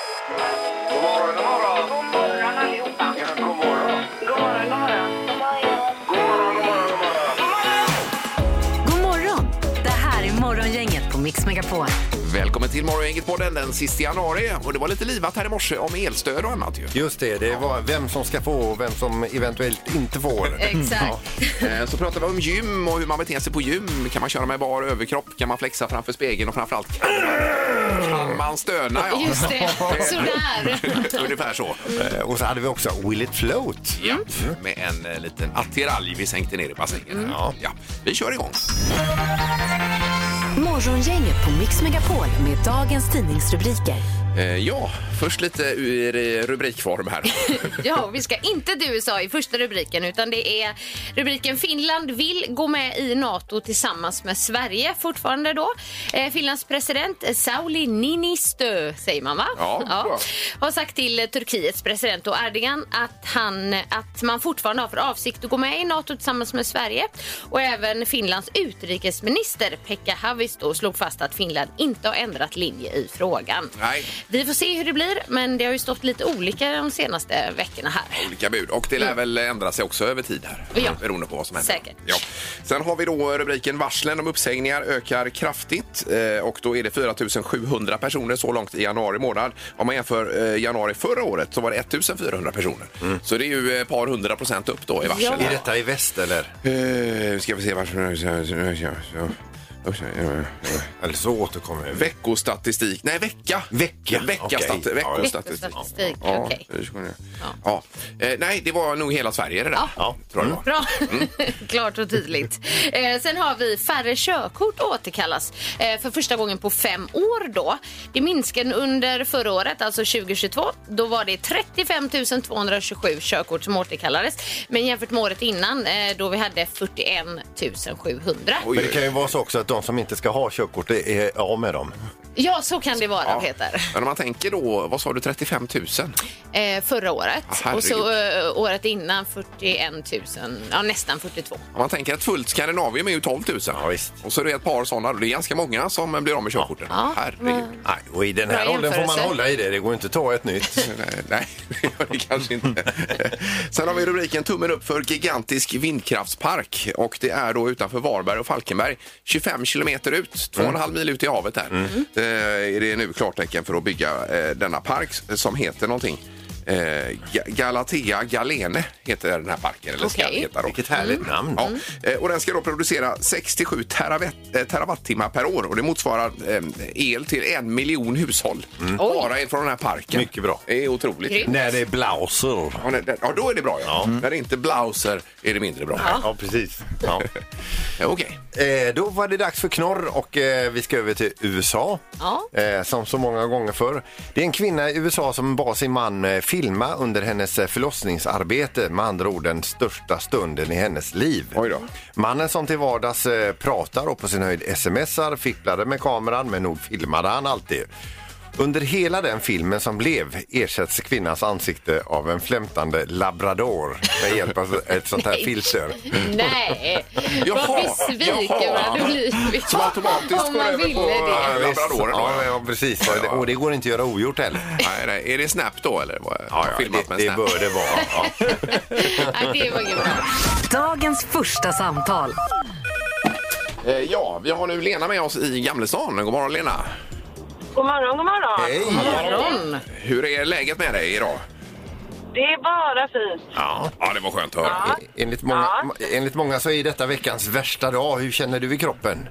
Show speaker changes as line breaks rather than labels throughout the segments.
God morgon, god morgon.
God morgon allihopa.
Ja, god morgon.
God morgon, god morgon. God morgon.
God morgon, god morgon, god morgon.
God morgon! Det här är Morgongänget på Mix Megapol.
Välkommen till Morgongänget-podden den sista januari. Och det var lite livat här i morse om elstöd och annat ju.
Just det, det var vem som ska få och vem som eventuellt inte får.
Exakt.
Eh, Så pratade vi om gym och hur man beter sig på gym. Kan man köra med bar överkropp? Kan man flexa framför spegeln? Och framförallt kan man- kan man stöna? Ja.
Just det, sådär.
Ungefär så.
Eh, Och så hade vi också Will it float?
Ja, med en eh, liten attiralj vi sänkte ner i bassängen. Ja. ja, vi kör igång.
Morgongänget på Mix Megapol med dagens tidningsrubriker.
Eh, Ja, först lite ur eh, rubrikform här.
Ja, vi ska inte till USA i första rubriken utan det är rubriken Finland vill gå med i NATO tillsammans med Sverige fortfarande då. Eh, Finlands president Sauli Niinistö säger man va?
Ja, bra.
Har sagt till Turkiets president då Erdogan att, han, att man fortfarande har för avsikt att gå med i NATO tillsammans med Sverige. Och även Finlands utrikesminister Pekka Haavisto slog fast att Finland inte har ändrat linje i frågan.
Nej.
Vi får se hur det blir, men det har ju stått lite olika de senaste veckorna här.
olika bud. Och det lär väl ändra sig också över tid här.
Ja.
Beroende på vad som händer.
Säkert.
Ja. Sen har vi då rubriken Varslen om uppsägningar ökar kraftigt. Eh, Och då är det 4 700 personer så långt i januari månad. Om man jämför eh, januari förra året så var det 1 400 personer. Så det är ju ett par hundra procent upp då i varsel.
Ja.
Är detta i väst eller?
Eh, Nu ska vi se varsel.
Eller så återkommer vi.
Veckostatistik. Nej, vecka.
Vecka.
Veckastat-
Okej.
Veckostatistik.
Veckostatistik,
Ja,
okej.
det skulle jag. Ja. Eh, nej, det var nog hela Sverige det där.
Ja.
Tror jag det var.
Mm.
Mm.
Bra,
Mm.
klart och tydligt. Eh, sen har vi färre körkort återkallas eh, för första gången på fem år då. Det minskade under förra året, alltså 2022. Då var det 35 227 körkort som återkallades. Men jämfört med året innan eh, då vi hade 41 700.
Oj,
Men det kan ju vara så också att de som inte ska ha körkort det är av med dem.
Ja, så kan det vara
Ja.
Peter.
Men om man tänker då, vad sa du, 35 000?
Eh, förra året
Ah, herregud.
och så eh, året innan 41 000, ja nästan 42.
Om man tänker att fullt Skandinavien är ju 12 000.
Ja, visst.
Och så är det ett par sådana, det är ganska många som blir av med körkorten.
Ja.
Herregud.
Nej, och i den här
Bra
åldern får man
jämförelse.
hålla i det. Det går inte att ta ett nytt.
Nej, Nej, det gör det kanske inte. Sen har vi rubriken Tummen upp för gigantisk vindkraftspark. Och det är då utanför Varberg och Falkenberg. 25 kilometer ut, 2,5 mil ut i havet där. Eh, är det nu klartecken för att bygga eh, denna park som heter någonting. Eh, Ga- Galatea Galene heter den här parken. Eller ska
Okej.
heta då.
Vilket härligt namn.
Ja, eh, och den ska då producera 67 terawatt, eh, terawattimmar per år och det motsvarar eh, el till en miljon hushåll. Bara från den här parken.
Mycket bra.
Det är otroligt.
Grymt.
När det är blauser.
Ja, nej, det- ja, då är det bra. Ja. När det inte är blauser är det mindre bra.
Ja, precis. Ja.
Eh, Okej.
Eh, då var det dags för knorr och eh, vi ska över till USA.
Ja.
Eh, som så många gånger förr. Det är en kvinna i USA som bad sin man eh, filma under hennes eh, förlossningsarbete. Med andra ord den största stunden i hennes liv.
Oj då.
Mannen som till vardags eh, pratar och på sin höjd smsar fipplade med kameran men nog filmade han alltid. Under hela den filmen som blev ersätts kvinnans ansikte av en flämtande labrador med hjälp av ett sånt här
Nej.
filter.
Nej,
Jaha,
vad besviken
jaha.
man hade blivit
Som automatiskt
om
går
man
över
ville
på- eh,
det.
Ja,
visst.
labradoren då, ja.
ja, ja, precis. Och det, och det går inte att göra ogjort heller.
Nej, nej. Är det Snap då eller? vad- Filmat med
det, det
Snap.
bör det vara. Ja.
Nej, det var inget bra.
Dagens första samtal.
Eh, ja, vi har nu Lena med oss i Gamlestan. God morgon Lena.
God morgon, god morgon.
Hej!
Morgon.
Hur är läget med dig idag?
Det är bara fint.
Ja, ja det var skönt att höra.
Enligt många, enligt många så är detta veckans värsta dag. Hur känner du i kroppen?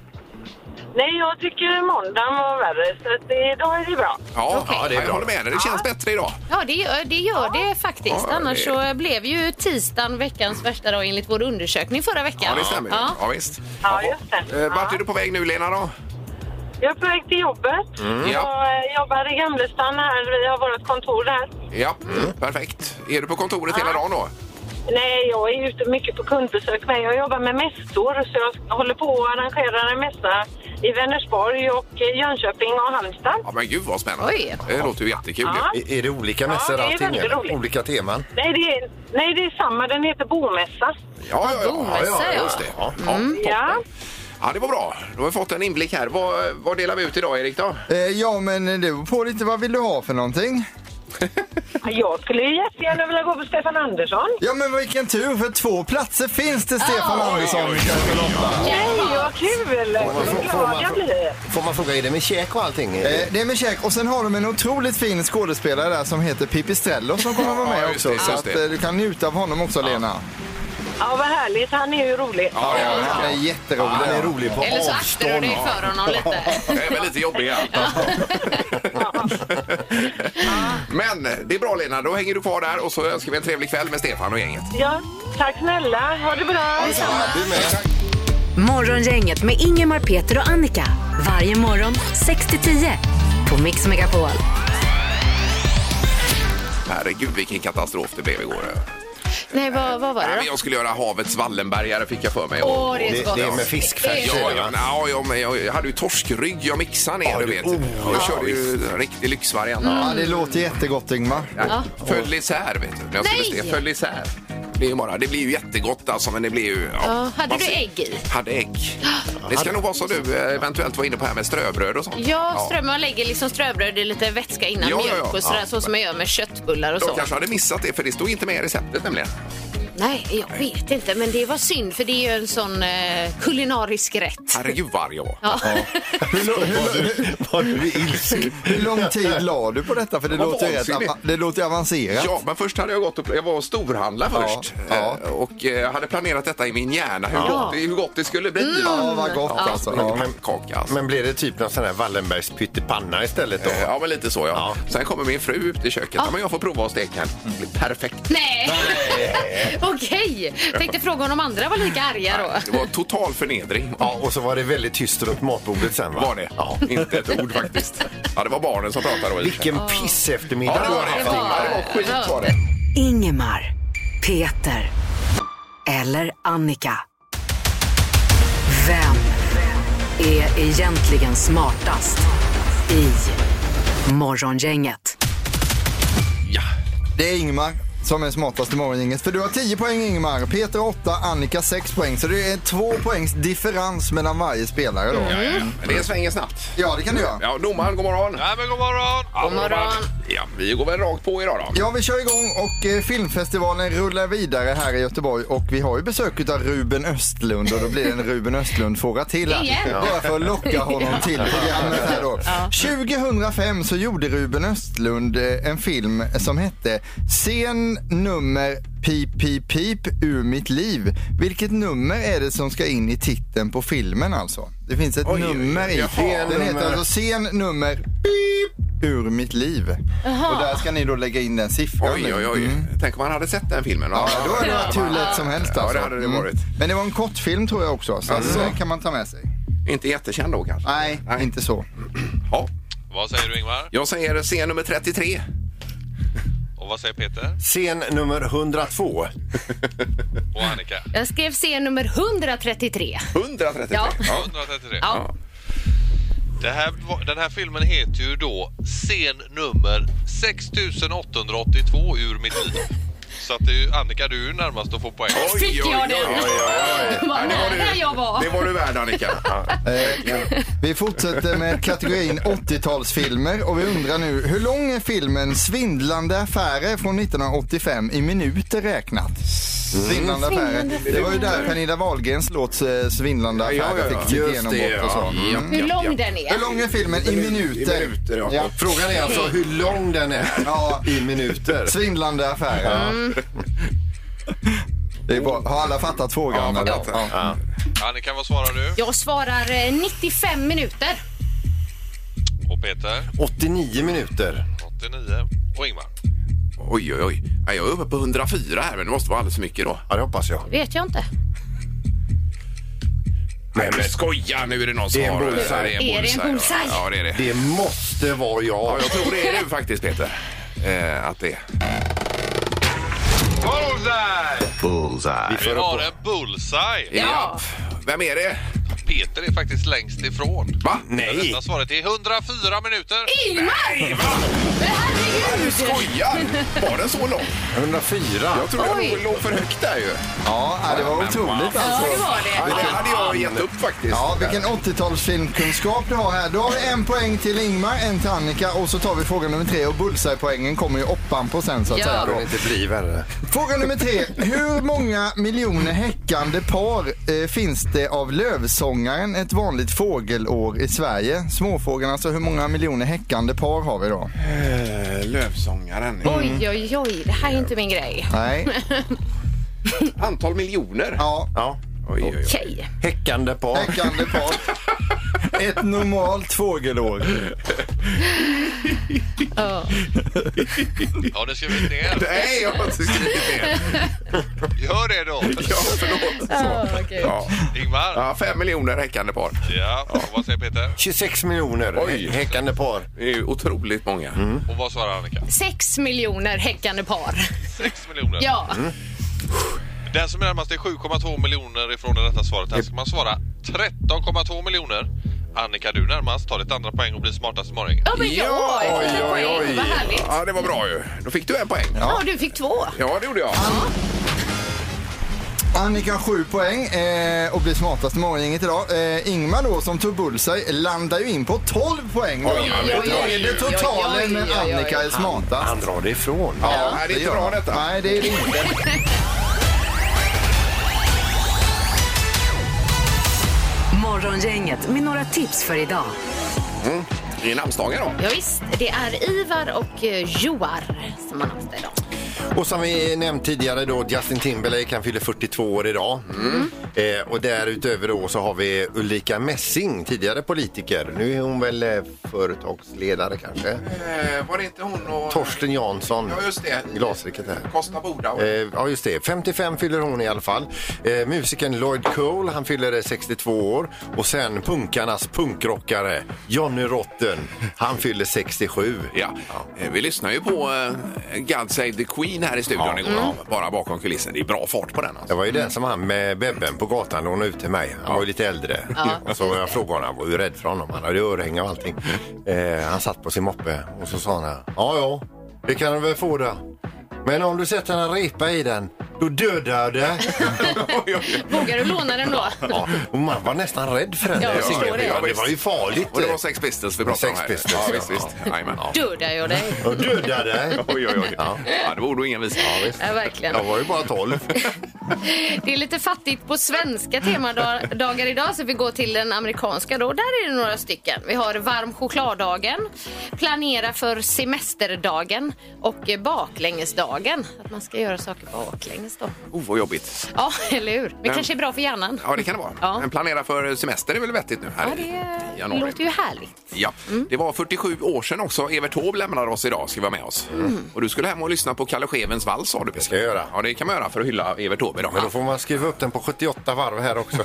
Nej, jag tycker måndagen var värre, så att det, idag är det bra.
Ja,
Okej.
ja, det är bra. Jag håller med dig. Det känns bättre idag.
Ja, det gör det, gör det faktiskt.
Ja,
Annars
det-
så blev ju tisdagen veckans värsta dag enligt vår undersökning förra veckan.
Ja, det stämmer. ju.
Ja.
Ja, visst.
Ja, just det.
Eh, Vart
Ja.
är du på väg nu, Lena? då?
Jag är på väg till jobbet.
Mm. Ja.
Jag eh, jobbar i Gamlestan här. Vi har vårt kontor där.
ja, perfekt. Är du på kontoret hela dagen då?
Nej, jag är ute mycket på kundbesök med. Jag jobbar med mässor, så jag håller på att arrangera en mässa i Vänersborg och eh, Jönköping och Halmstad.
Ja, men gud vad spännande.
Oj.
Det låter ju jättekul.
Ja.
ju.
Är, är det olika
Ja,
mässor
det är
allting?
väldigt
eller?
roligt.
Olika teman?
Nej, det är, nej, det är samma. Den heter Bomässa.
Ja, ja, ja.
Bomässa, ja. Mm.
just det. Ja, toppen.
Ja.
ja, det var bra. Då har vi fått en inblick här. Vad, vad delar vi ut idag, Erik? Då?
Eh, ja, men det beror på lite vad vill du ha för någonting?
Ja, Jag skulle ju jättegärna vilja gå på Stefan Andersson.
Ja men vilken tur för två platser finns till Stefan Andersson.
Nej, vad kul!
får-
Vad
får
glad
man-
jag blir.
Får man fråga, är det med käk och allting?
Eh, Det är med käk. Och sen har de en otroligt fin skådespelare där som heter Pipistrello som kommer att vara
Ja,
med
just det,
också. Så
just
att
det.
eh, du kan njuta av honom också Lena.
Ja, vad härligt. Han är ju rolig.
Ja, ja,
Han är jätterolig.
Han är rolig på
Eller så aktar du
avstånd.
dig för honom lite.
Jag är väl lite jobbiga. Men det är bra Lena, då hänger du kvar där och så önskar vi en trevlig kväll med Stefan och gänget.
Ja, tack snälla. Ha det bra.
Morgongänget med Ingemar, Peter och Annika. Varje morgon 6 till 10 på Mix Megapol.
Herregud vilken katastrof det blev igår.
Nej, vad, vad var
Nej,
det
men
då?
jag skulle göra havets Wallenbergare fick jag för mig.
Åh, det är så
Det,
gott.
det är med fiskfärs.
Ja,
va?
ja, ja, ja, men jag hade ju torskrygg jag mixade ner,
Ja,
du
du-
vet.
oh,
jag
ja,
körde ju en riktig lyxvariant.
Ja, det låter jättegott Ingmar.
Ja. Föll isär, vet du. När jag skulle
Nej!
se- Föll isär. Det, är ju bara, det blir ju jättegott alltså, men det blir ju... Ja,
Ja, hade
man
du
ser-
ägg i?
Hade ägg. Det ska nog vara som du eh, eventuellt var inne på här med ströbröd och sånt.
Ja, ström, man lägger liksom ströbröd i lite vätska innan
Ja, ja, ja.
mjölk och sådär, så som jag gör med köttbullar och
Jag
så.
kanske hade missat det, för det stod inte med i receptet nämligen.
Nej, jag vet inte, men det var synd för det är ju en sån eh, kulinarisk rätt.
Herregud vad arg jag var.
Ja.
Var du ilsken?
Hur lång tid la du på detta? För det,
Vad
låter, ju rätt,
vansinnigt.
ava- det låter ju avancerat.
Ja, men först hade jag gått och jag var och storhandla
Ja,
först.
ja.
Eh, Och eh, hade planerat detta i min hjärna, hur, gott, det- hur gott det skulle bli.
Ja,
va?
vad gott alltså.
Ja.
Ja.
Pannkaka alltså.
Men blir det typ någon sån här Wallenbergs pyttipanna istället då?
Eh, Ja, men lite så ja. Sen kommer min fru ut i köket. Ja, men jag får prova att steka den.
Mm.
Det blir perfekt.
Nej! Okej, tänkte fråga om de andra var lika arga då.
Det var total förnedring.
Ja, och så var det väldigt tyst runt matbordet sen va?
Var det?
Ja.
Inte ett ord faktiskt. Ja, det var barnen som pratade då. i och för sig.
Vilken piss eftermiddag
Ja, det var det.
det var-
Ja, det var skit var det.
Ingemar, Peter eller Annika. Vem är egentligen smartast i Morgongänget?
Ja.
Det är Ingmar som är smartast i morgongänget. För du har 10 poäng Ingmar, Peter 8, Annika 6 poäng. Så det är 2 poängs differens mellan varje spelare då.
Men det svänger snabbt.
Ja, det kan du göra.
Ja, domaren, god morgon. Ja, men god morgon.
God morgon.
Ja, vi går väl rakt på idag då.
Ja, vi kör igång och eh, filmfestivalen rullar vidare här i Göteborg och vi har ju besök av Ruben Östlund och då blir det en Ruben Östlund-fråga till här.
Igen?
Bara för att locka honom till programmet här då. 2005 så gjorde Ruben Östlund eh, en film som hette Scen nummer Pip pip pip ur mitt liv. Vilket nummer är det som ska in i titeln på filmen alltså? Det finns ett
Oj,
nummer i.
jaha.
Den
Nummer.
heter alltså Scen nummer pip ur mitt liv. Och där ska ni då lägga in den siffran
Oj,
nu.
oj, oj.
Mm.
Tänk om man hade sett den filmen.
Ja, då hade det varit hur lätt som helst
Ja,
alltså.
det hade det
Mm.
varit. Mm.
Men det var en kortfilm tror jag också, så att, eh, kan man ta med sig.
Inte jättekänd då kanske?
Nej, inte så.
Ja.
Vad säger du Ingvar?
Jag säger scen nummer 33.
Och vad säger Peter?
Scen nummer 102.
Och Annika?
Jag skrev C nummer 133.
133.
Ja.
Ja.
133.
Ja.
Det här, var- den här filmen heter ju då scen nummer 6882 ur mitt liv. Så att det är ju, Annika, du är ju närmast att få poäng.
Fick jag den? Vad nära jag var.
Det var du värd Annika. Eh,
Vi fortsätter med kategorin 80-talsfilmer och vi undrar nu, hur lång är filmen Svindlande affärer från 1985 i minuter räknat?
Mm.
Svindlande affärer. Det var ju där Pernilla Wahlgrens låt eh, Svindlande
Ja, ja,
affärer
ja.
fick sitt
Just
genombrott
det,
och så.
ja.
Mm.
Ja,
Hur
ja.
lång den är.
Hur lång är filmen? I minuter.
I minuter, ja.
ja.
Frågan är alltså hur lång den är
Ja.
i minuter.
Svindlande affärer. Det är bra. Har alla fattat frågan?
Ja,
eller?
fattat.
Ja.
Annika, vad svarar du?
Jag svarar eh, 95 minuter.
Och Peter?
89 minuter.
89. Och Ingmar?
Oj, oj, oj. Ja, Jag är uppe på 104 här, men det måste vara alldeles för mycket då.
Ja, det hoppas jag.
Vet jag inte.
Nej, men skoja! Nu är det någon som
Det är en
har...
bullseye.
Är det en
ja.
bullseye?
Ja, det är det.
Det måste vara
Ja,
jag.
jag tror det är du faktiskt, Peter. Eh, att det är.
Bullseye!
Vi
Vi
får
har
upp
en bullseye!
Ja.
Vem är det?
Peter är faktiskt längst ifrån.
Va?
Det rätta svaret är 104 minuter.
Ingmar! Men herregud!
skojar! Var den så lång?
104.
Jag trodde
Oj.
jag låg- låg för högt där ju.
Ja, ja, det var otroligt alltså.
det var
Ja,
det.
det hade jag gett upp faktiskt.
Ja, vilken 80-talsfilmkunskap du har här. Då har vi en poäng till Ingmar, en till Annika och så tar vi fråga nummer tre och bullseye-poängen kommer ju oppan på sen så att
Ja.
säga. Då.
kan inte bli värre.
Fråga nummer tre. Hur många miljoner häckande par eh, finns det av lövsångaren ett vanligt fågelår i Sverige? Småfågeln, alltså hur många miljoner häckande par har vi då?
Eh, Lövsångaren.
Oj, oj, oj. Det här är inte min grej.
Nej.
Antal miljoner.
Ja,
Ja.
Oj, oj, oj.
Okej.
Häckande par.
häckande par. Ett normalt fågelår.
Ja, det ska vi ner.
Nej, jag har inte skrivit ner.
Gör det då.
Ja, förlåt. Så. Ja.
Ingmar.
Ja, fem miljoner häckande par.
Ja, och vad säger Peter?
26 miljoner
Oj.
häckande par.
Det är ju otroligt många.
Och vad svarar Annika?
Sex miljoner häckande par.
6 miljoner.
Ja.
Den som är närmast är 7,2 miljoner ifrån det rätta svaret. Här ska man svara 13,2 miljoner. Annika, du är närmast. Ta ditt andra poäng och bli smartast i morgon.
Ja, men ja, jag fick en poäng. Vad härligt.
Ja, det var bra ju. Då fick du en poäng.
Ja, du fick två.
Ja, det gjorde jag.
Annika har sju poäng eh, och blir smartast i morgongänget idag. Eh, Ingmar då som tog bullseye landar ju in på 12 poäng. Då
Oj, oj, oj,
Då är det
oj, oj,
totalen men
oj, oj.
Annika är smartast.
Han drar det ifrån.
Ja, nej, det är inte
gör
bra
han.
detta.
Nej, det är det inte.
Morgongänget med några tips för idag.
Det är namnsdagar då.
Ja, visst, det är Ivar och eh, Joar som har namnsdag idag.
Och som vi nämnt tidigare då Justin Timberlake han fyller 42 år idag.
Mm.
Eh, och därutöver då så har vi Ulrika Messing, tidigare politiker. Nu är hon väl eh, företagsledare kanske.
Eh, var det inte hon och...
Torsten Jansson.
Ja, just det.
Glasriket här.
Kosta Boda. Och...
Eh, Ja, just det. 55 fyller hon i alla fall. Eh, musikern Lloyd Cole, han fyller eh, 62 år. Och sen punkarnas punkrockare Johnny Rotten, han fyller 67.
Ja. Eh, Vi lyssnar ju på eh, God Save the Queen här i studion
Ja.
igår. Bara bakom kulissen. Det är bra fart på den.
Det
Alltså.
var ju den som han med Bebben på gatan lånade ut till mig. Han var ju lite äldre. Och så jag frågade honom, han var ju rädd för honom. Han hade ju örhängen och allting. Eh, han satt på sin moppe och så sa han här, ja ja, det kan du väl få det. Men om du sätter en repa i den, då dödar jag det.
Vågar du låna den då?
Ja, och man var nästan rädd för den.
Ja, jag
där singeln.
förstår det.
Ja, det var ju farligt.
Och det var Sex Pistols vi pratade om här.
Sex Pistols,
Ja,
ja.
visst, visst. Jajamän.
Dödar jag dig?
Och dödade.
Oj, oj, oj. Ja.
Ja.
det borde och ingen visa.
Ja, verkligen.
Jag var ju bara 12.
Det är lite fattigt på svenska temadagar idag så vi går till den amerikanska då. Där är det några stycken. Vi har varm chokladdagen, planera för semesterdagen och eh, baklängesdagen. Att man ska göra saker baklänges då.
Oh, vad jobbigt.
Ja, eller hur? Men kanske är bra för hjärnan.
Ja, det kan det vara.
Ja.
Men planera för semester är väl vettigt nu här
Ja,
i- i
det
januari.
låter ju Mm. härligt.
Ja, det var 47 år sedan också. Evert Taube lämnade oss idag, ska vara med oss.
Mm.
Och du skulle hem och lyssna på Kalle Schewens vals, sa du. Det
ska jag göra.
Ja, det kan man göra för att hylla Evert Taube idag.
Men då får man skruva upp den på 78 varv här också.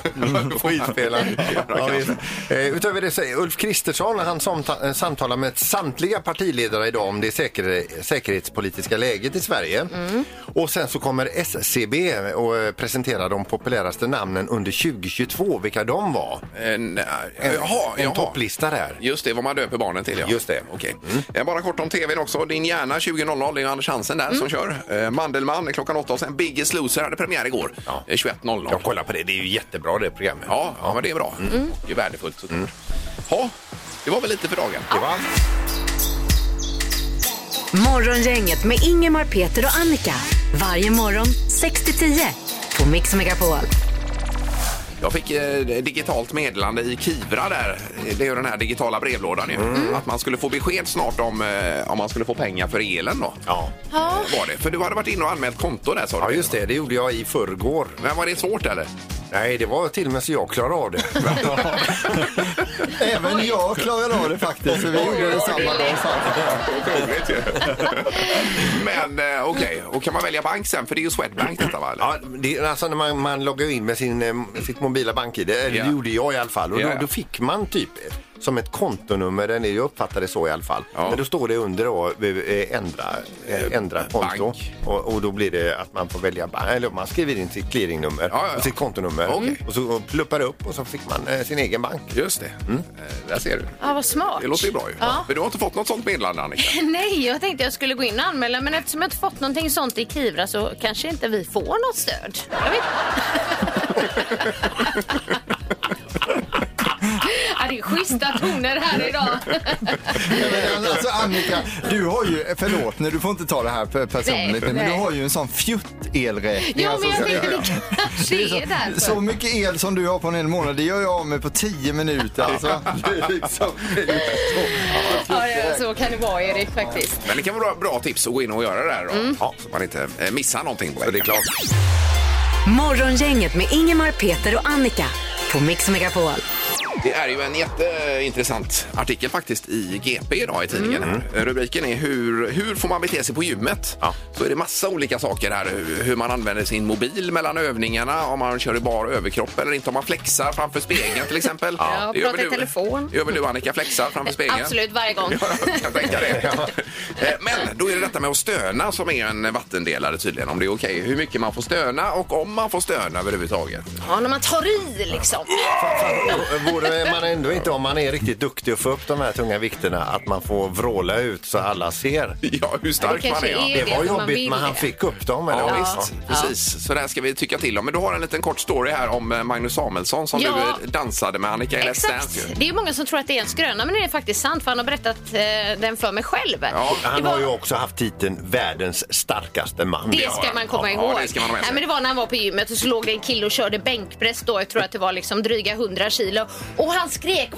Skitspelaren.
Ja,
ja,
visst.
eh, utöver det säger Ulf Kristersson, han samta- eh, samtalar med samtliga partiledare idag om det säker- säkerhetspolitiska läget i Sverige.
Mm.
Och sen så kommer SCB och eh, presentera de populäraste namnen under 2022, vilka de var.
En,
En,
Eh, jaha,
en
jaha.
topplista där.
Just det, vad man döper barnen till. Ja.
Just det.
Okej. Eh, Bara kort om tvn också. Din hjärna 20.00, det är ju Anders Hansen där
Mm.
som kör. Eh, Mandelmann klockan åtta och sen Biggest Loser hade premiär igår.
Ja.
Eh, 21.00.
Jag kollar på det, det är ju jättebra det programmet. Mm.
Ja, ja, men det är bra. Det är värdefullt såklart. Ja, det var väl lite för dagen.
Det var
Morgongänget med Ingemar, Peter och Annika. Varje morgon 6-10 på Mix Megapol.
Jag fick eh, digitalt meddelande i Kivra där. Eh, Det är ju den här digitala brevlådan ju.
Mm.
Att man skulle få besked snart om, eh, om man skulle få pengar för elen då. Eh,
Ja.
Ja.
Var det? För du hade varit inne och anmält konto där sa du.
ja, just det. Det gjorde jag i förrgår.
Men var det svårt eller?
Nej, det var till och med så jag klarade av det.
Även jag klarade av det faktiskt för vi gjorde det samma dag.
Otroligt ju. Men eh, okej, och kan man välja bank sen? För det är ju Swedbank detta va? eller?
Ja, det, alltså när man, man loggar in med sin, eh, sitt mobila bank-id, eller
Ja.
det gjorde jag i alla fall, och
Ja,
då,
ja.
då fick man typ som ett kontonummer. Den är ju uppfattad så i alla fall.
Ja.
Men då står det under då, eh, ändra, eh, ändra konto.
bank.
Och, och då blir det att man får välja bank. Eller man skriver in sitt clearingnummer,
Ja, ja, ja.
sitt kontonummer.
Okej.
Och så pluppar det upp och så fick man eh, sin egen bank.
Just det. Eh, Där ser du.
Ja, vad smart.
Det låter ju bra ju.
Ja.
Men du har inte fått något sånt meddelande Annika?
Nej, jag tänkte jag skulle gå in och anmäla men eftersom jag inte fått någonting sånt i Kivra så kanske inte vi får något stöd. Jag vet ja, Det är schyssta toner här idag.
Men Alltså Annika, du har ju, förlåt nu du får inte ta det här pe- personligt,
Nej,
men du
nej.
har ju en sån fjutt-elräkning.
Ja,
alltså,
men jag
så-
tänkte
ja,
det
ja.
kanske
Det är
är därför.
så, så mycket el som du har på en hel månad, det gör jag av med på 10 minuter. Alltså. Det är liksom, det är så.
Ja, ja, så kan det vara Erik faktiskt.
Men det kan vara bra tips att gå in och göra det här då. Ja, så man inte eh, missar någonting. På det är klart.
Morgongänget med Ingemar, Peter och Annika på Mix Megapol.
Det är ju en jätteintressant artikel faktiskt i GP idag i tidningen. Rubriken är hur, hur får man bete sig på gymmet? Så är det massa olika saker här. Hur, hur man använder sin mobil mellan övningarna, om man kör i bar överkropp eller inte, om man flexar framför spegeln till exempel.
Ja,
Det gör
prata i
väl du-
telefon. Eh,
Det gör väl du Annika, flexar framför spegeln?
Absolut, varje gång.
Ja, jag kan tänka det. Eh, Men då är det detta med att stöna som är en vattendelare tydligen. Om det är okej hur mycket man får stöna och om man får stöna överhuvudtaget.
Ja, när man tar i liksom.
eh, Vore man ändå inte, om man är riktigt duktig och får upp de här tunga vikterna, att man får vråla ut så alla ser.
Ja, hur stark
Det
man
kanske
är. ja.
är
Det var
som man
jobbigt,
vill
men han
det.
fick upp dem. Eller?
Ja,
vad?
visst. Precis. Så det här ska vi tycka till om. Men du har en liten kort story här om eh, Magnus Samuelsson som
Ja.
du eh, dansade med Annika i Let's Dance.
Exakt.
ju.
Det är många som tror att det är en skröna, men det är faktiskt sant för han har berättat eh, den för mig själv.
Ja,
Han
Det var-
har ju också haft titeln världens starkaste man.
Det ska man komma
Ja,
ihåg.
det ska man ha med sig.
Nej, men det var när han var på gymmet och så låg det en kille och körde bänkpress då. Jag tror att det var liksom dryga 100 kilo. Och han skrek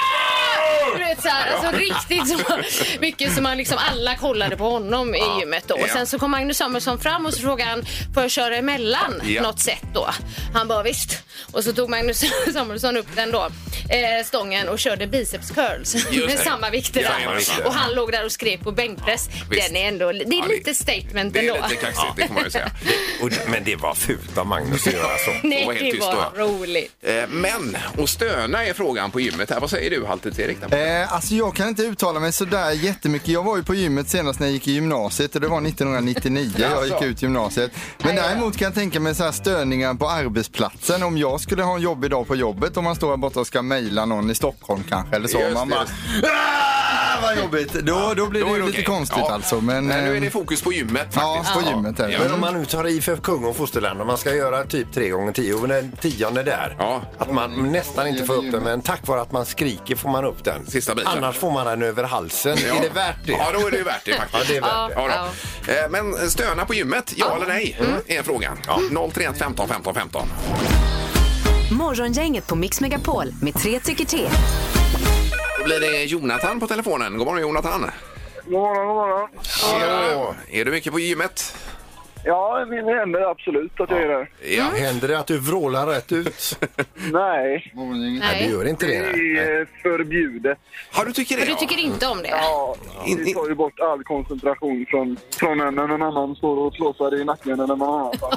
"Wah!" du vet så här, alltså riktigt så mycket som man liksom alla kollade på honom i gymmet då. Och
Ja.
sen så kom Magnus Samuelsson fram och så frågade han, får jag köra emellan
Ja.
något sätt då? Han bara visst. Och så tog Magnus Samuelsson upp den då, eh, stången och körde biceps curls
Just
med
det.
samma vikter.
Ja,
där.
samma vikter.
och han låg där och skrek på bänkpress.
Visst.
Den är ändå, det är
Ja, det-
lite statement
Det är
ändå.
lite kaxigt, det får man ju säga.
Och, men det var fult av Magnus att göra så.
Nej,
var helt
det
tyst
var
då.
roligt.
Eh, Men, och stöna är frågan på gymmet här. Vad säger du Halvtids-Erik?
Eh, alltså jag kan inte uttala mig sådär jättemycket. Jag var ju på gymmet senast när jag gick i gymnasiet och det var 1999 jag gick ut gymnasiet. Men däremot kan jag tänka mig så här störningar på arbetsplatsen. Om jag skulle ha en jobbig dag på jobbet om man står här borta och ska mejla någon i Stockholm kanske eller så.
Just
man
det,
bara,
just
"Ah, vad jobbigt. Då, då blir
Då
det
är
ju
det
lite
okej.
konstigt
Ja.
alltså. Men,
Nej, nu är det
eh,
fokus på gymmet
Ja,
faktiskt.
på gymmet här.
Men om man nu tar i för kung och fosterland och man ska göra typ tre gånger tio och den tionde där.
Ja.
Att man nästan inte får upp den men tack vare att man skriker får man upp den.
Sista biten.
Annars får man den över halsen. Är det värt det?
Ja, då är det ju värt det
Ja,
faktiskt.
det är värt det.
Ja, då. Eh, Men stöna på gymmet, ja eller nej,
Mm.
är frågan. 031 15 15 15.
Morgongänget på Mix Megapol med tre tycker till.
Då blir det Jonathan på telefonen. God morgon Jonathan.
God morgon, god morgon.
Tjena. Är du mycket på gymmet?
Ja, min händer absolut att jag är där.
Ja.
Mm.
Händer det att du vrålar rätt ut?
Nej,
Mm.
Nej, det
Nej.
gör inte
det
det. Nej.
är förbjudet.
Har du tycker det?
Du
ja?
tycker inte om det?
Ja, det tar ju bort all koncentration från, från en när någon annan står och flåsar i nacken eller någon annanstans.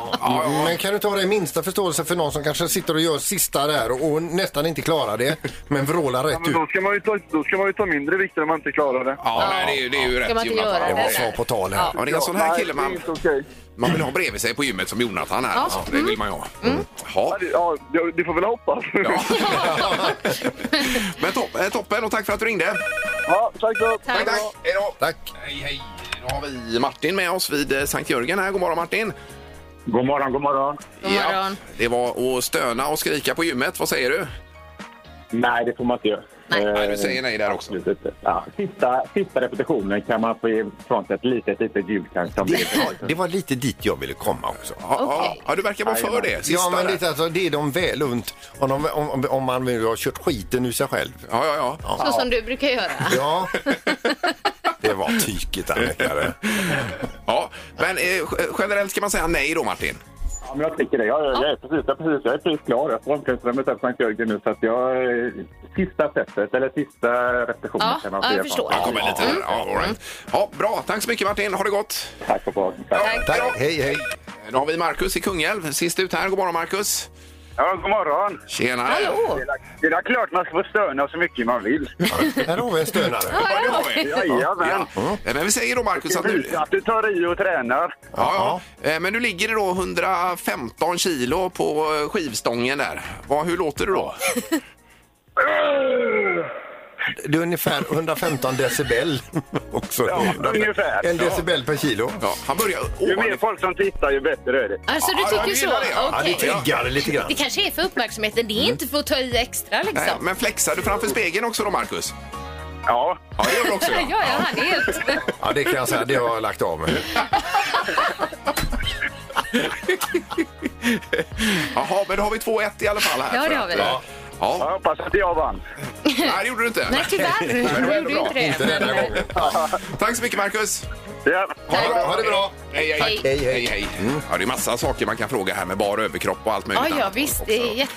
Men kan du inte ha den minsta förståelse för någon som kanske sitter och gör sista där och, och nästan inte klarar det, men vrålar
Ja,
rätt
men
ut?
då ska, man ju ta, då ska man ju ta mindre vikter om man inte klarar det.
Ja, Nej, det, är, ju- det är ju
Ska man
rätt
inte
Jonathan.
göra
Det
det?
var svar på tal här.
Ja, det är en sån här
Nej,
kille
Det är
man,
inte okej.
man vill ha bredvid sig på gymmet som Jonathan här.
Ja.
Alltså, det vill man ju ha.
Mm.
Ja.
Ja, det- Ja, det- du får väl hoppas.
Ja. Men topp, eh, toppen och tack för att du ringde.
Ja, tack då.
Tack.
Hej då.
Tack.
Hej, hej. Då har vi Martin med oss vid eh, Sankt Jörgen här. God morgon Martin.
God morgon, god morgon.
God morgon.
Det var att stöna och skrika på gymmet. Vad säger du?
Nej, det får man inte göra.
Nej.
Eh,
Nej, du säger nej där också.
absolut inte. Typ, Ja, sista, sista repetitionen kan man få ifrån sig ett litet, litet ljud kanske. om det-
Ja, det var lite dit jag ville komma också.
Ja, ja,
Okej.
ja, du verkar vara för det. Sista
ja, men
där.
lite, alltså, det är de väl unt om, de, om, om- om man nu har kört skiten ur sig själv.
Ja, ja, ja.
Så som du brukar göra.
Ja, det var tykigt Annika. det.
ja. Men eh, generellt ska man säga nej då Martin?
Ja, men jag tycker det. Jag, jag, är precis, jag, är precis, jag är precis klar. Jag får omklädningsrummet här på Sankt Jörgen nu. Så att jag, eh, sista sättet, eller sista repetitionen
Ja,
kan man
ja,
få
jag
ifrån
förstår.
sig.
Ja, kommer lite
Mm.
där. Ja, all right. ja, bra, tack så mycket Martin. Ha det gott. Eh,
Tack och bra. Tack.
Tack, hej hej.
Då har vi Markus i Kungälv, sist ut här. God morgon Markus.
Ja, god morgon.
Tjena!
Hallå!
Det är klart man ska få stöna så mycket man vill.
Här har vi en stönare.
Ja, det har vi.
Jajamän.
Ja. Eh, Men vi säger då, Markus, att du...
Visa att du tar i och tränar.
Ja, ja. Eh, Men nu ligger det då 115 kilo på eh, skivstången där. Vad, hur låter det då?
Det är ungefär 115 decibel också.
Ja, ungefär.
En decibel per kilo.
Ja, han börjar
Ju mer
ovanifrån.
folk som tittar, ju bättre är det.
Alltså, du
Ja, jag
tycker så?
gillar det, ja.
Ja, det
Okej.
triggar lite grann.
Det kanske är för uppmärksamheten. Det är inte för att ta i extra liksom.
Nej, men flexar du framför spegeln också då, Markus?
Ja.
Ja, det gör du också.
Ja,
Ja.
ja, han är helt...
Ja, det kan jag säga. Det har jag lagt av med.
Jaha, men då har vi 2-1 i alla fall här.
Ja,
för
det har
att,
vi.
eh, Ja.
Jag hoppas att jag vann.
Nej, det gjorde du inte.
Nej, tyvärr. Du gjorde ju inte det.
Inte denna gången.
Tack så mycket, Markus.
Ja.
Ja, ha det bra.
Hej, hej.
Hej.
Hej, hej.
Hej, hej. Ja, det är massa saker man kan fråga här med bara överkropp och allt möjligt
Ja, ja,
annat
visst.
också.
Det är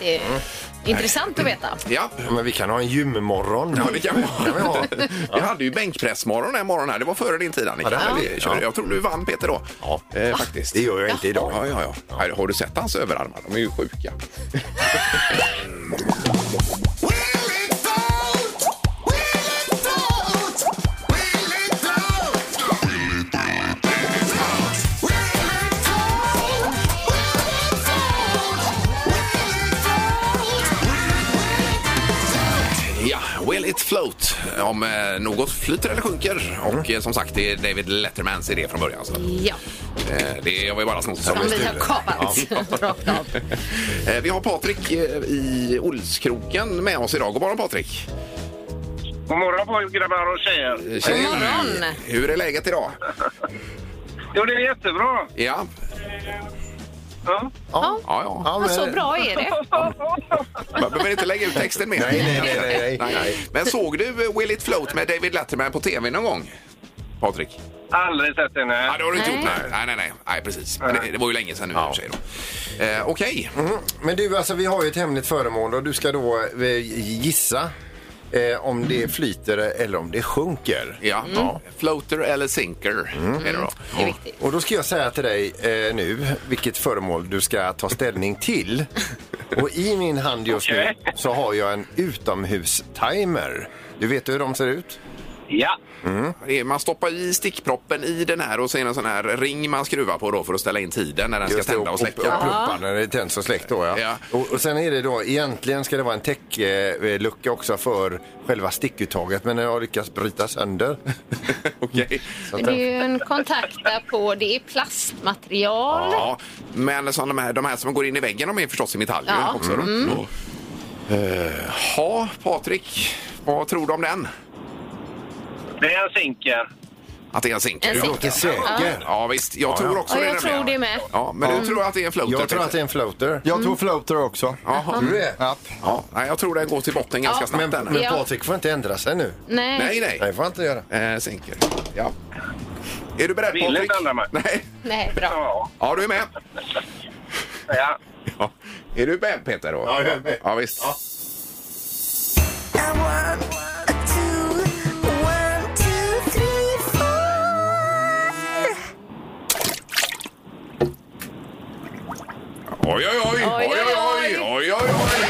jätteintressant att veta.
Ja.
Men vi kan ha en gymmorgon.
Ja, det kan vi ha.
vi ha.
Vi hade ju bänkpressmorgon den här morgonen. Här. Det var före din tid, Annika.
Ja, det hade vi.
Vi körde.
Ja.
Jag tror du vann, Peter, då.
Ja.
Eh, faktiskt.
Det gör jag inte idag.
Ja, ja, ja. Nej, Har du sett hans överarmar? De är ju sjuka. Ja, Will It Float om eh, något flyter eller sjunker. Och
Mm.
eh, som sagt, det är David Lettermans idé från början. Så.
Ja,
Eh, det var ju bara snott som
som vi har kapat. Rakt av.
Eh, Vi har Patrik eh, i Olskroken med oss idag. God morgon Patrik!
God morgon på er, grabbar och tjejer.
God
morgon.
Hur är läget idag?
Jo, det är jättebra.
Ja,
Ja.
Ja,
ja, ja.
Ja,
men så
men-
bra är det.
Man behöver inte lägga ut texten mer.
Nej, nej, nej, nej, nej.
Men såg du eh, Will It Float med David Letterman på tv någon gång? Patrik?
Aldrig sett det, nej.
Ja, det har du inte
Nej.
gjort. Nej, nej, nej. nej. nej precis. Men det, det var ju länge sedan nu i och för sig. då. Eh, Okej.
Mm. Men du, alltså, vi har ju ett hemligt föremål och du ska då eh, gissa eh, om det flyter eller om det sjunker.
Ja. ja. Floater eller sinker är det då.
Det är viktigt.
Och då ska jag säga till dig eh, nu vilket föremål du ska ta ställning till. Och i min hand just nu så har jag en utomhustimer. Du vet hur de ser ut?
Ja.
Det är- Man stoppar i stickproppen i den här och så är det en sån här ring man skruvar på då för att ställa in tiden när den ska
Just det,
tända och
Och, och
släcka.
pluppar när det tänds och släckt då, ja.
Ja.
Och, och sen är det då, egentligen ska det vara en täcklucka också för själva stickuttaget, men jag har lyckats bryta sönder.
Okej.
Så att
Det är ju en kontakt där på, det är plastmaterial.
Ja, men så de, här, de här som går in i väggen de är förstås i metall ju
Ja. Mm.
också. då. Ja. Eh, Ja, Patrik, vad tror du om den?
Det är en sinker.
Att det är en sinker?
En
ja.
sinker.
Vilken säker!
Ja, visst. Jag tror också
Ja,
det.
jag tror
nämligen.
det med.
Ja, men du tror att det är en floater?
Jag tror
Peter?
att det är en floater. Mm.
Jag tror floater också.
Jaha.
Du är.
Ja.
Ja, nej, jag tror den går till botten ganska
Ja.
snabbt.
Men,
den.
men
Ja.
Patrik får inte ändra sig nu.
Nej,
Nej. Nej.
nej.
Nej, får han inte göra.
Eh, sinker. Ja. Är du beredd
Vill
Patrik?
inte ändra mig.
Nej.
bra.
Ja.
Ja, du är med.
ja.
Ja. Är du med Peter? Då?
Ja, jag är med.
Ja, visst. Oj, oj, oj! Oj, oj, oj! oj, oj, oj.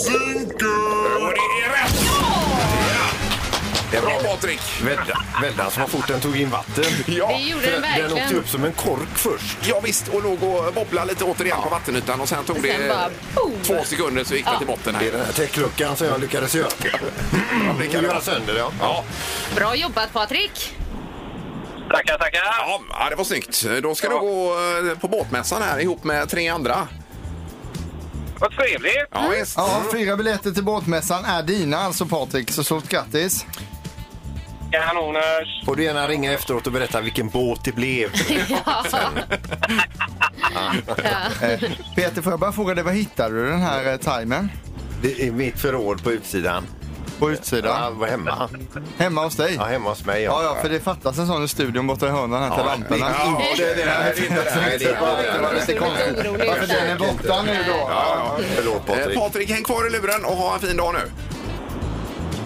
Och det är rätt! Det är bra Patrik!
Välda- Väldans vad fort den tog in vatten.
Ja.
Det gjorde den
Den åkte
verkligen.
upp som en kork först.
Ja, visst, och låg och bobblade lite återigen på vattenytan och sen tog
Sen
det
bara, boom.
två sekunder så gick det till botten
Det
här.
är den här täckluckan som jag lyckades göra.
det
Jag
kan det
göra
vara.
sönder ja.
Ja.
Bra jobbat Patrik.
Tackar, tackar.
Ja, ja, det var snyggt. Då ska du gå eh, på båtmässan här ihop med tre andra.
Vad trevligt.
Ja, visst. Mm.
Ja, fyra biljetter till båtmässan är dina alltså Patrik, så stort grattis.
Kanoners.
Får du gärna ringa efteråt och berätta vilken båt det blev.
Ja.
Eh, Peter, får jag bara fråga dig, var hittade du den här eh, timern?
Det är mitt förråd på utsidan.
På
Ja,
utsidan?
var hemma.
Hemma hos dig?
Ja, hemma hos mig.
Ja, ja, för det fattas en sån i studion borta i hörnan här till lamporna. Mm.
Ja, det är det. Nej, det är inte det. Nej, det är inte det.
Det var lite konstigt.
Orolig
Varför
ut.
den är borta nu då?
Ja, ja. Förlåt
Eh,
Patrik.
Patrik, häng kvar i luren och ha en fin dag nu.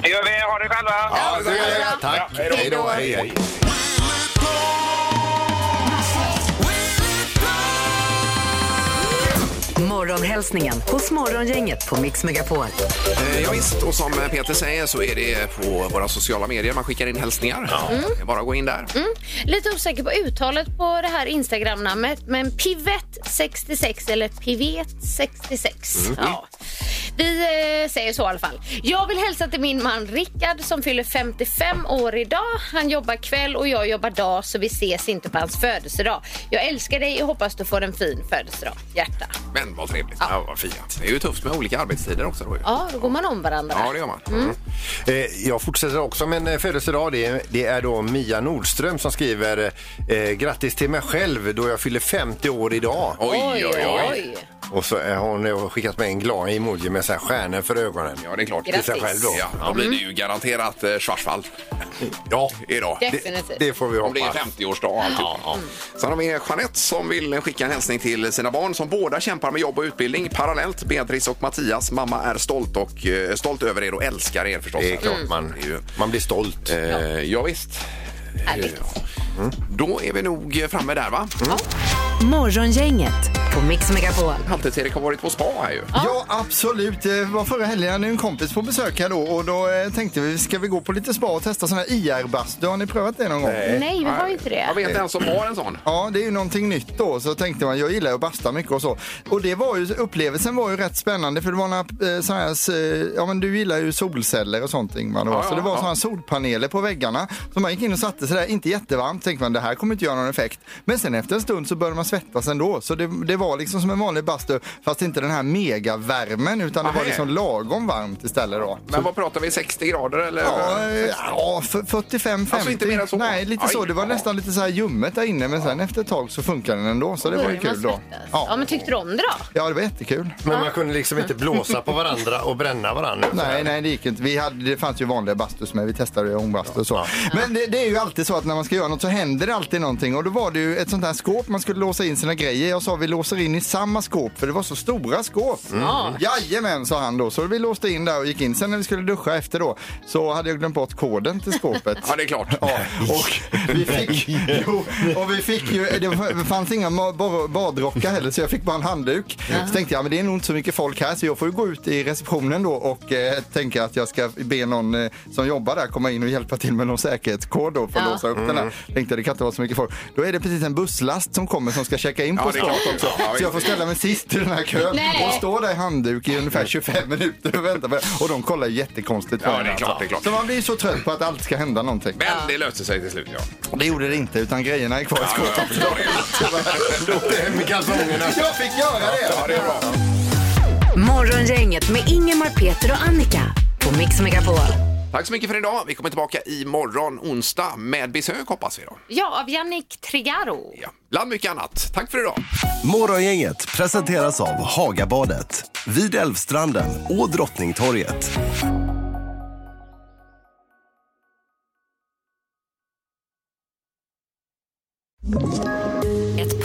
Det gör vi. Ha det själva.
Ja,
Ja, ja, Tack. Hej då. Hej,
Will
hej.
it
Morgonhälsningen hos Morgongänget på Mix Megapol.
Eh, Ja, visst, och som Peter säger så är det på våra sociala medier man skickar in hälsningar. Mm. Det är bara att gå in där.
Lite osäker på uttalet på det här Instagram-namnet, men Pivett66 eller Pivett66.
Mm.
Ja. Vi eh, säger så i alla fall. Jag vill hälsa till min man Rickard som fyller 55 år idag. Han jobbar kväll och jag jobbar dag så vi ses inte på hans födelsedag. Jag älskar dig och hoppas du får en fin födelsedag. Hjärta.
Men vad trevligt. Ja. vad fint. Det är ju tufft med olika arbetstider också. Då. ju.
Ja, då går man om varandra.
Ja, det gör man.
Eh, Jag fortsätter också med en eh, födelsedag. Det är, det är då Mia Nordström som skriver eh, grattis till mig själv då jag fyller 50 år idag.
Oj, oj, oj.
Och så eh, har hon skickat med en glad emoji med så här stjärnor för ögonen.
Ja, det är klart.
Till sig
Grattis.
själv då.
Ja, då blir det ju garanterat eh, Schwarzwald
Ja,
idag.
Definitivt.
det får vi
Om det är
hoppas.
50-årsdag och alltihop. Sen har vi Jeanette som vill skicka en hälsning till sina barn som båda kämpar med jobb och utbildning parallellt. Beatrice och Mattias. Mamma är stolt, och, eh, stolt över er och älskar er förstås.
Det är klart man,
Det är ju-
man blir stolt.
Eh, ja, visst.
Härligt.
Mm. Då är vi nog framme där, va? Mm.
Morgongänget på Mix Megapol.
Halvtids-Erik har varit på spa här ju.
Ja, absolut. Det var förra helgen hade en kompis på besök här då och då eh, tänkte vi, ska vi gå på lite spa och testa sån här IR-bastu? Har ni prövat det någon gång?
Nej, vi har ju inte
Jag
det.
vet en som har en sån.
Ja, det är ju någonting nytt då. Så tänkte man, jag gillar ju att basta mycket och så. Och det var ju, upplevelsen var ju rätt spännande för det var några eh, såna här, eh, ja men du gillar ju solceller och sånt Ingmar.
Ja,
Ja, så det var
ja,
såna här solpaneler på väggarna. Så man gick in och satte sig där, inte jättevarmt, tänkte man det här kommer inte göra någon effekt. Men sen efter en stund så började man svettas ändå. Så det, det var liksom som en vanlig bastu, fast inte den här megavärmen utan det
Aha.
var liksom lagom varmt istället då.
Men vad pratar vi, 60 grader eller?
Ja, eh, ja 45-50.
Alltså, inte mer än så?
Nej, lite
Aj,
så. Det var
ja.
nästan lite så här ljummet där inne, men sen efter ett tag så funkade den ändå. Så det var ju
Börjar man
kul då.
svettas? Ja,
Ja.
men tyckte du om det då?
ja, det var jättekul.
Men man kunde liksom inte blåsa på varandra och bränna varandra.
Nej, nej, det gick inte. Vi hade, det fanns ju vanliga bastus med. Vi testade ju ångbastu och så. Men det, det är ju alltid så att när man ska göra något så händer det alltid någonting. Och då var det ju ett sånt här skåp man skulle låsa in sina grejer. Jag sa vi låser in i samma skåp för det var så stora skåp.
Mm. Ja.
Jajamän, sa han då. Så vi låste in där och gick in. Sen när vi skulle duscha efter då så hade jag glömt bort koden till skåpet.
Ja, det är klart.
Ja, och vi fick, jo, och vi fick ju, det fanns inga ma- bar- badrockar heller så jag fick bara en handduk. Så tänkte jag, men det är nog inte så mycket folk här så jag får ju gå ut i receptionen då och eh, tänka att jag ska be någon eh, som jobbar där komma in och hjälpa till med någon säkerhetskod då för att
Ja.
låsa upp
Mm.
den här. Tänkte det kan inte vara så mycket folk. Då är det precis en busslast som kommer som ska checka in
Ja,
på
det är klart.
stan också.
Ja, visst.
Så jag får ställa mig sist i den här kön
Nej.
och stå där i handduk i ungefär 25 minuter och vänta på Och de kollar jättekonstigt på
Ja,
en
det är klart, det är klart.
Så man blir ju så trött på att allt ska hända någonting.
Men det löser sig till slut, ja.
Det gjorde det inte, utan grejerna är kvar i skåpet.
Med kalsongerna.
Jag fick göra det!
det är bra.
Morgongänget med Ingemar, Peter och Annika på Mix Megapol.
Tack så mycket för idag. Vi kommer tillbaka imorgon onsdag med besök hoppas vi då.
Ja, av Yannick Trigaro.
Ja. Bland mycket annat. Tack för idag.
Morgongänget presenteras av Hagabadet, vid Älvstranden och Drottningtorget.
Ett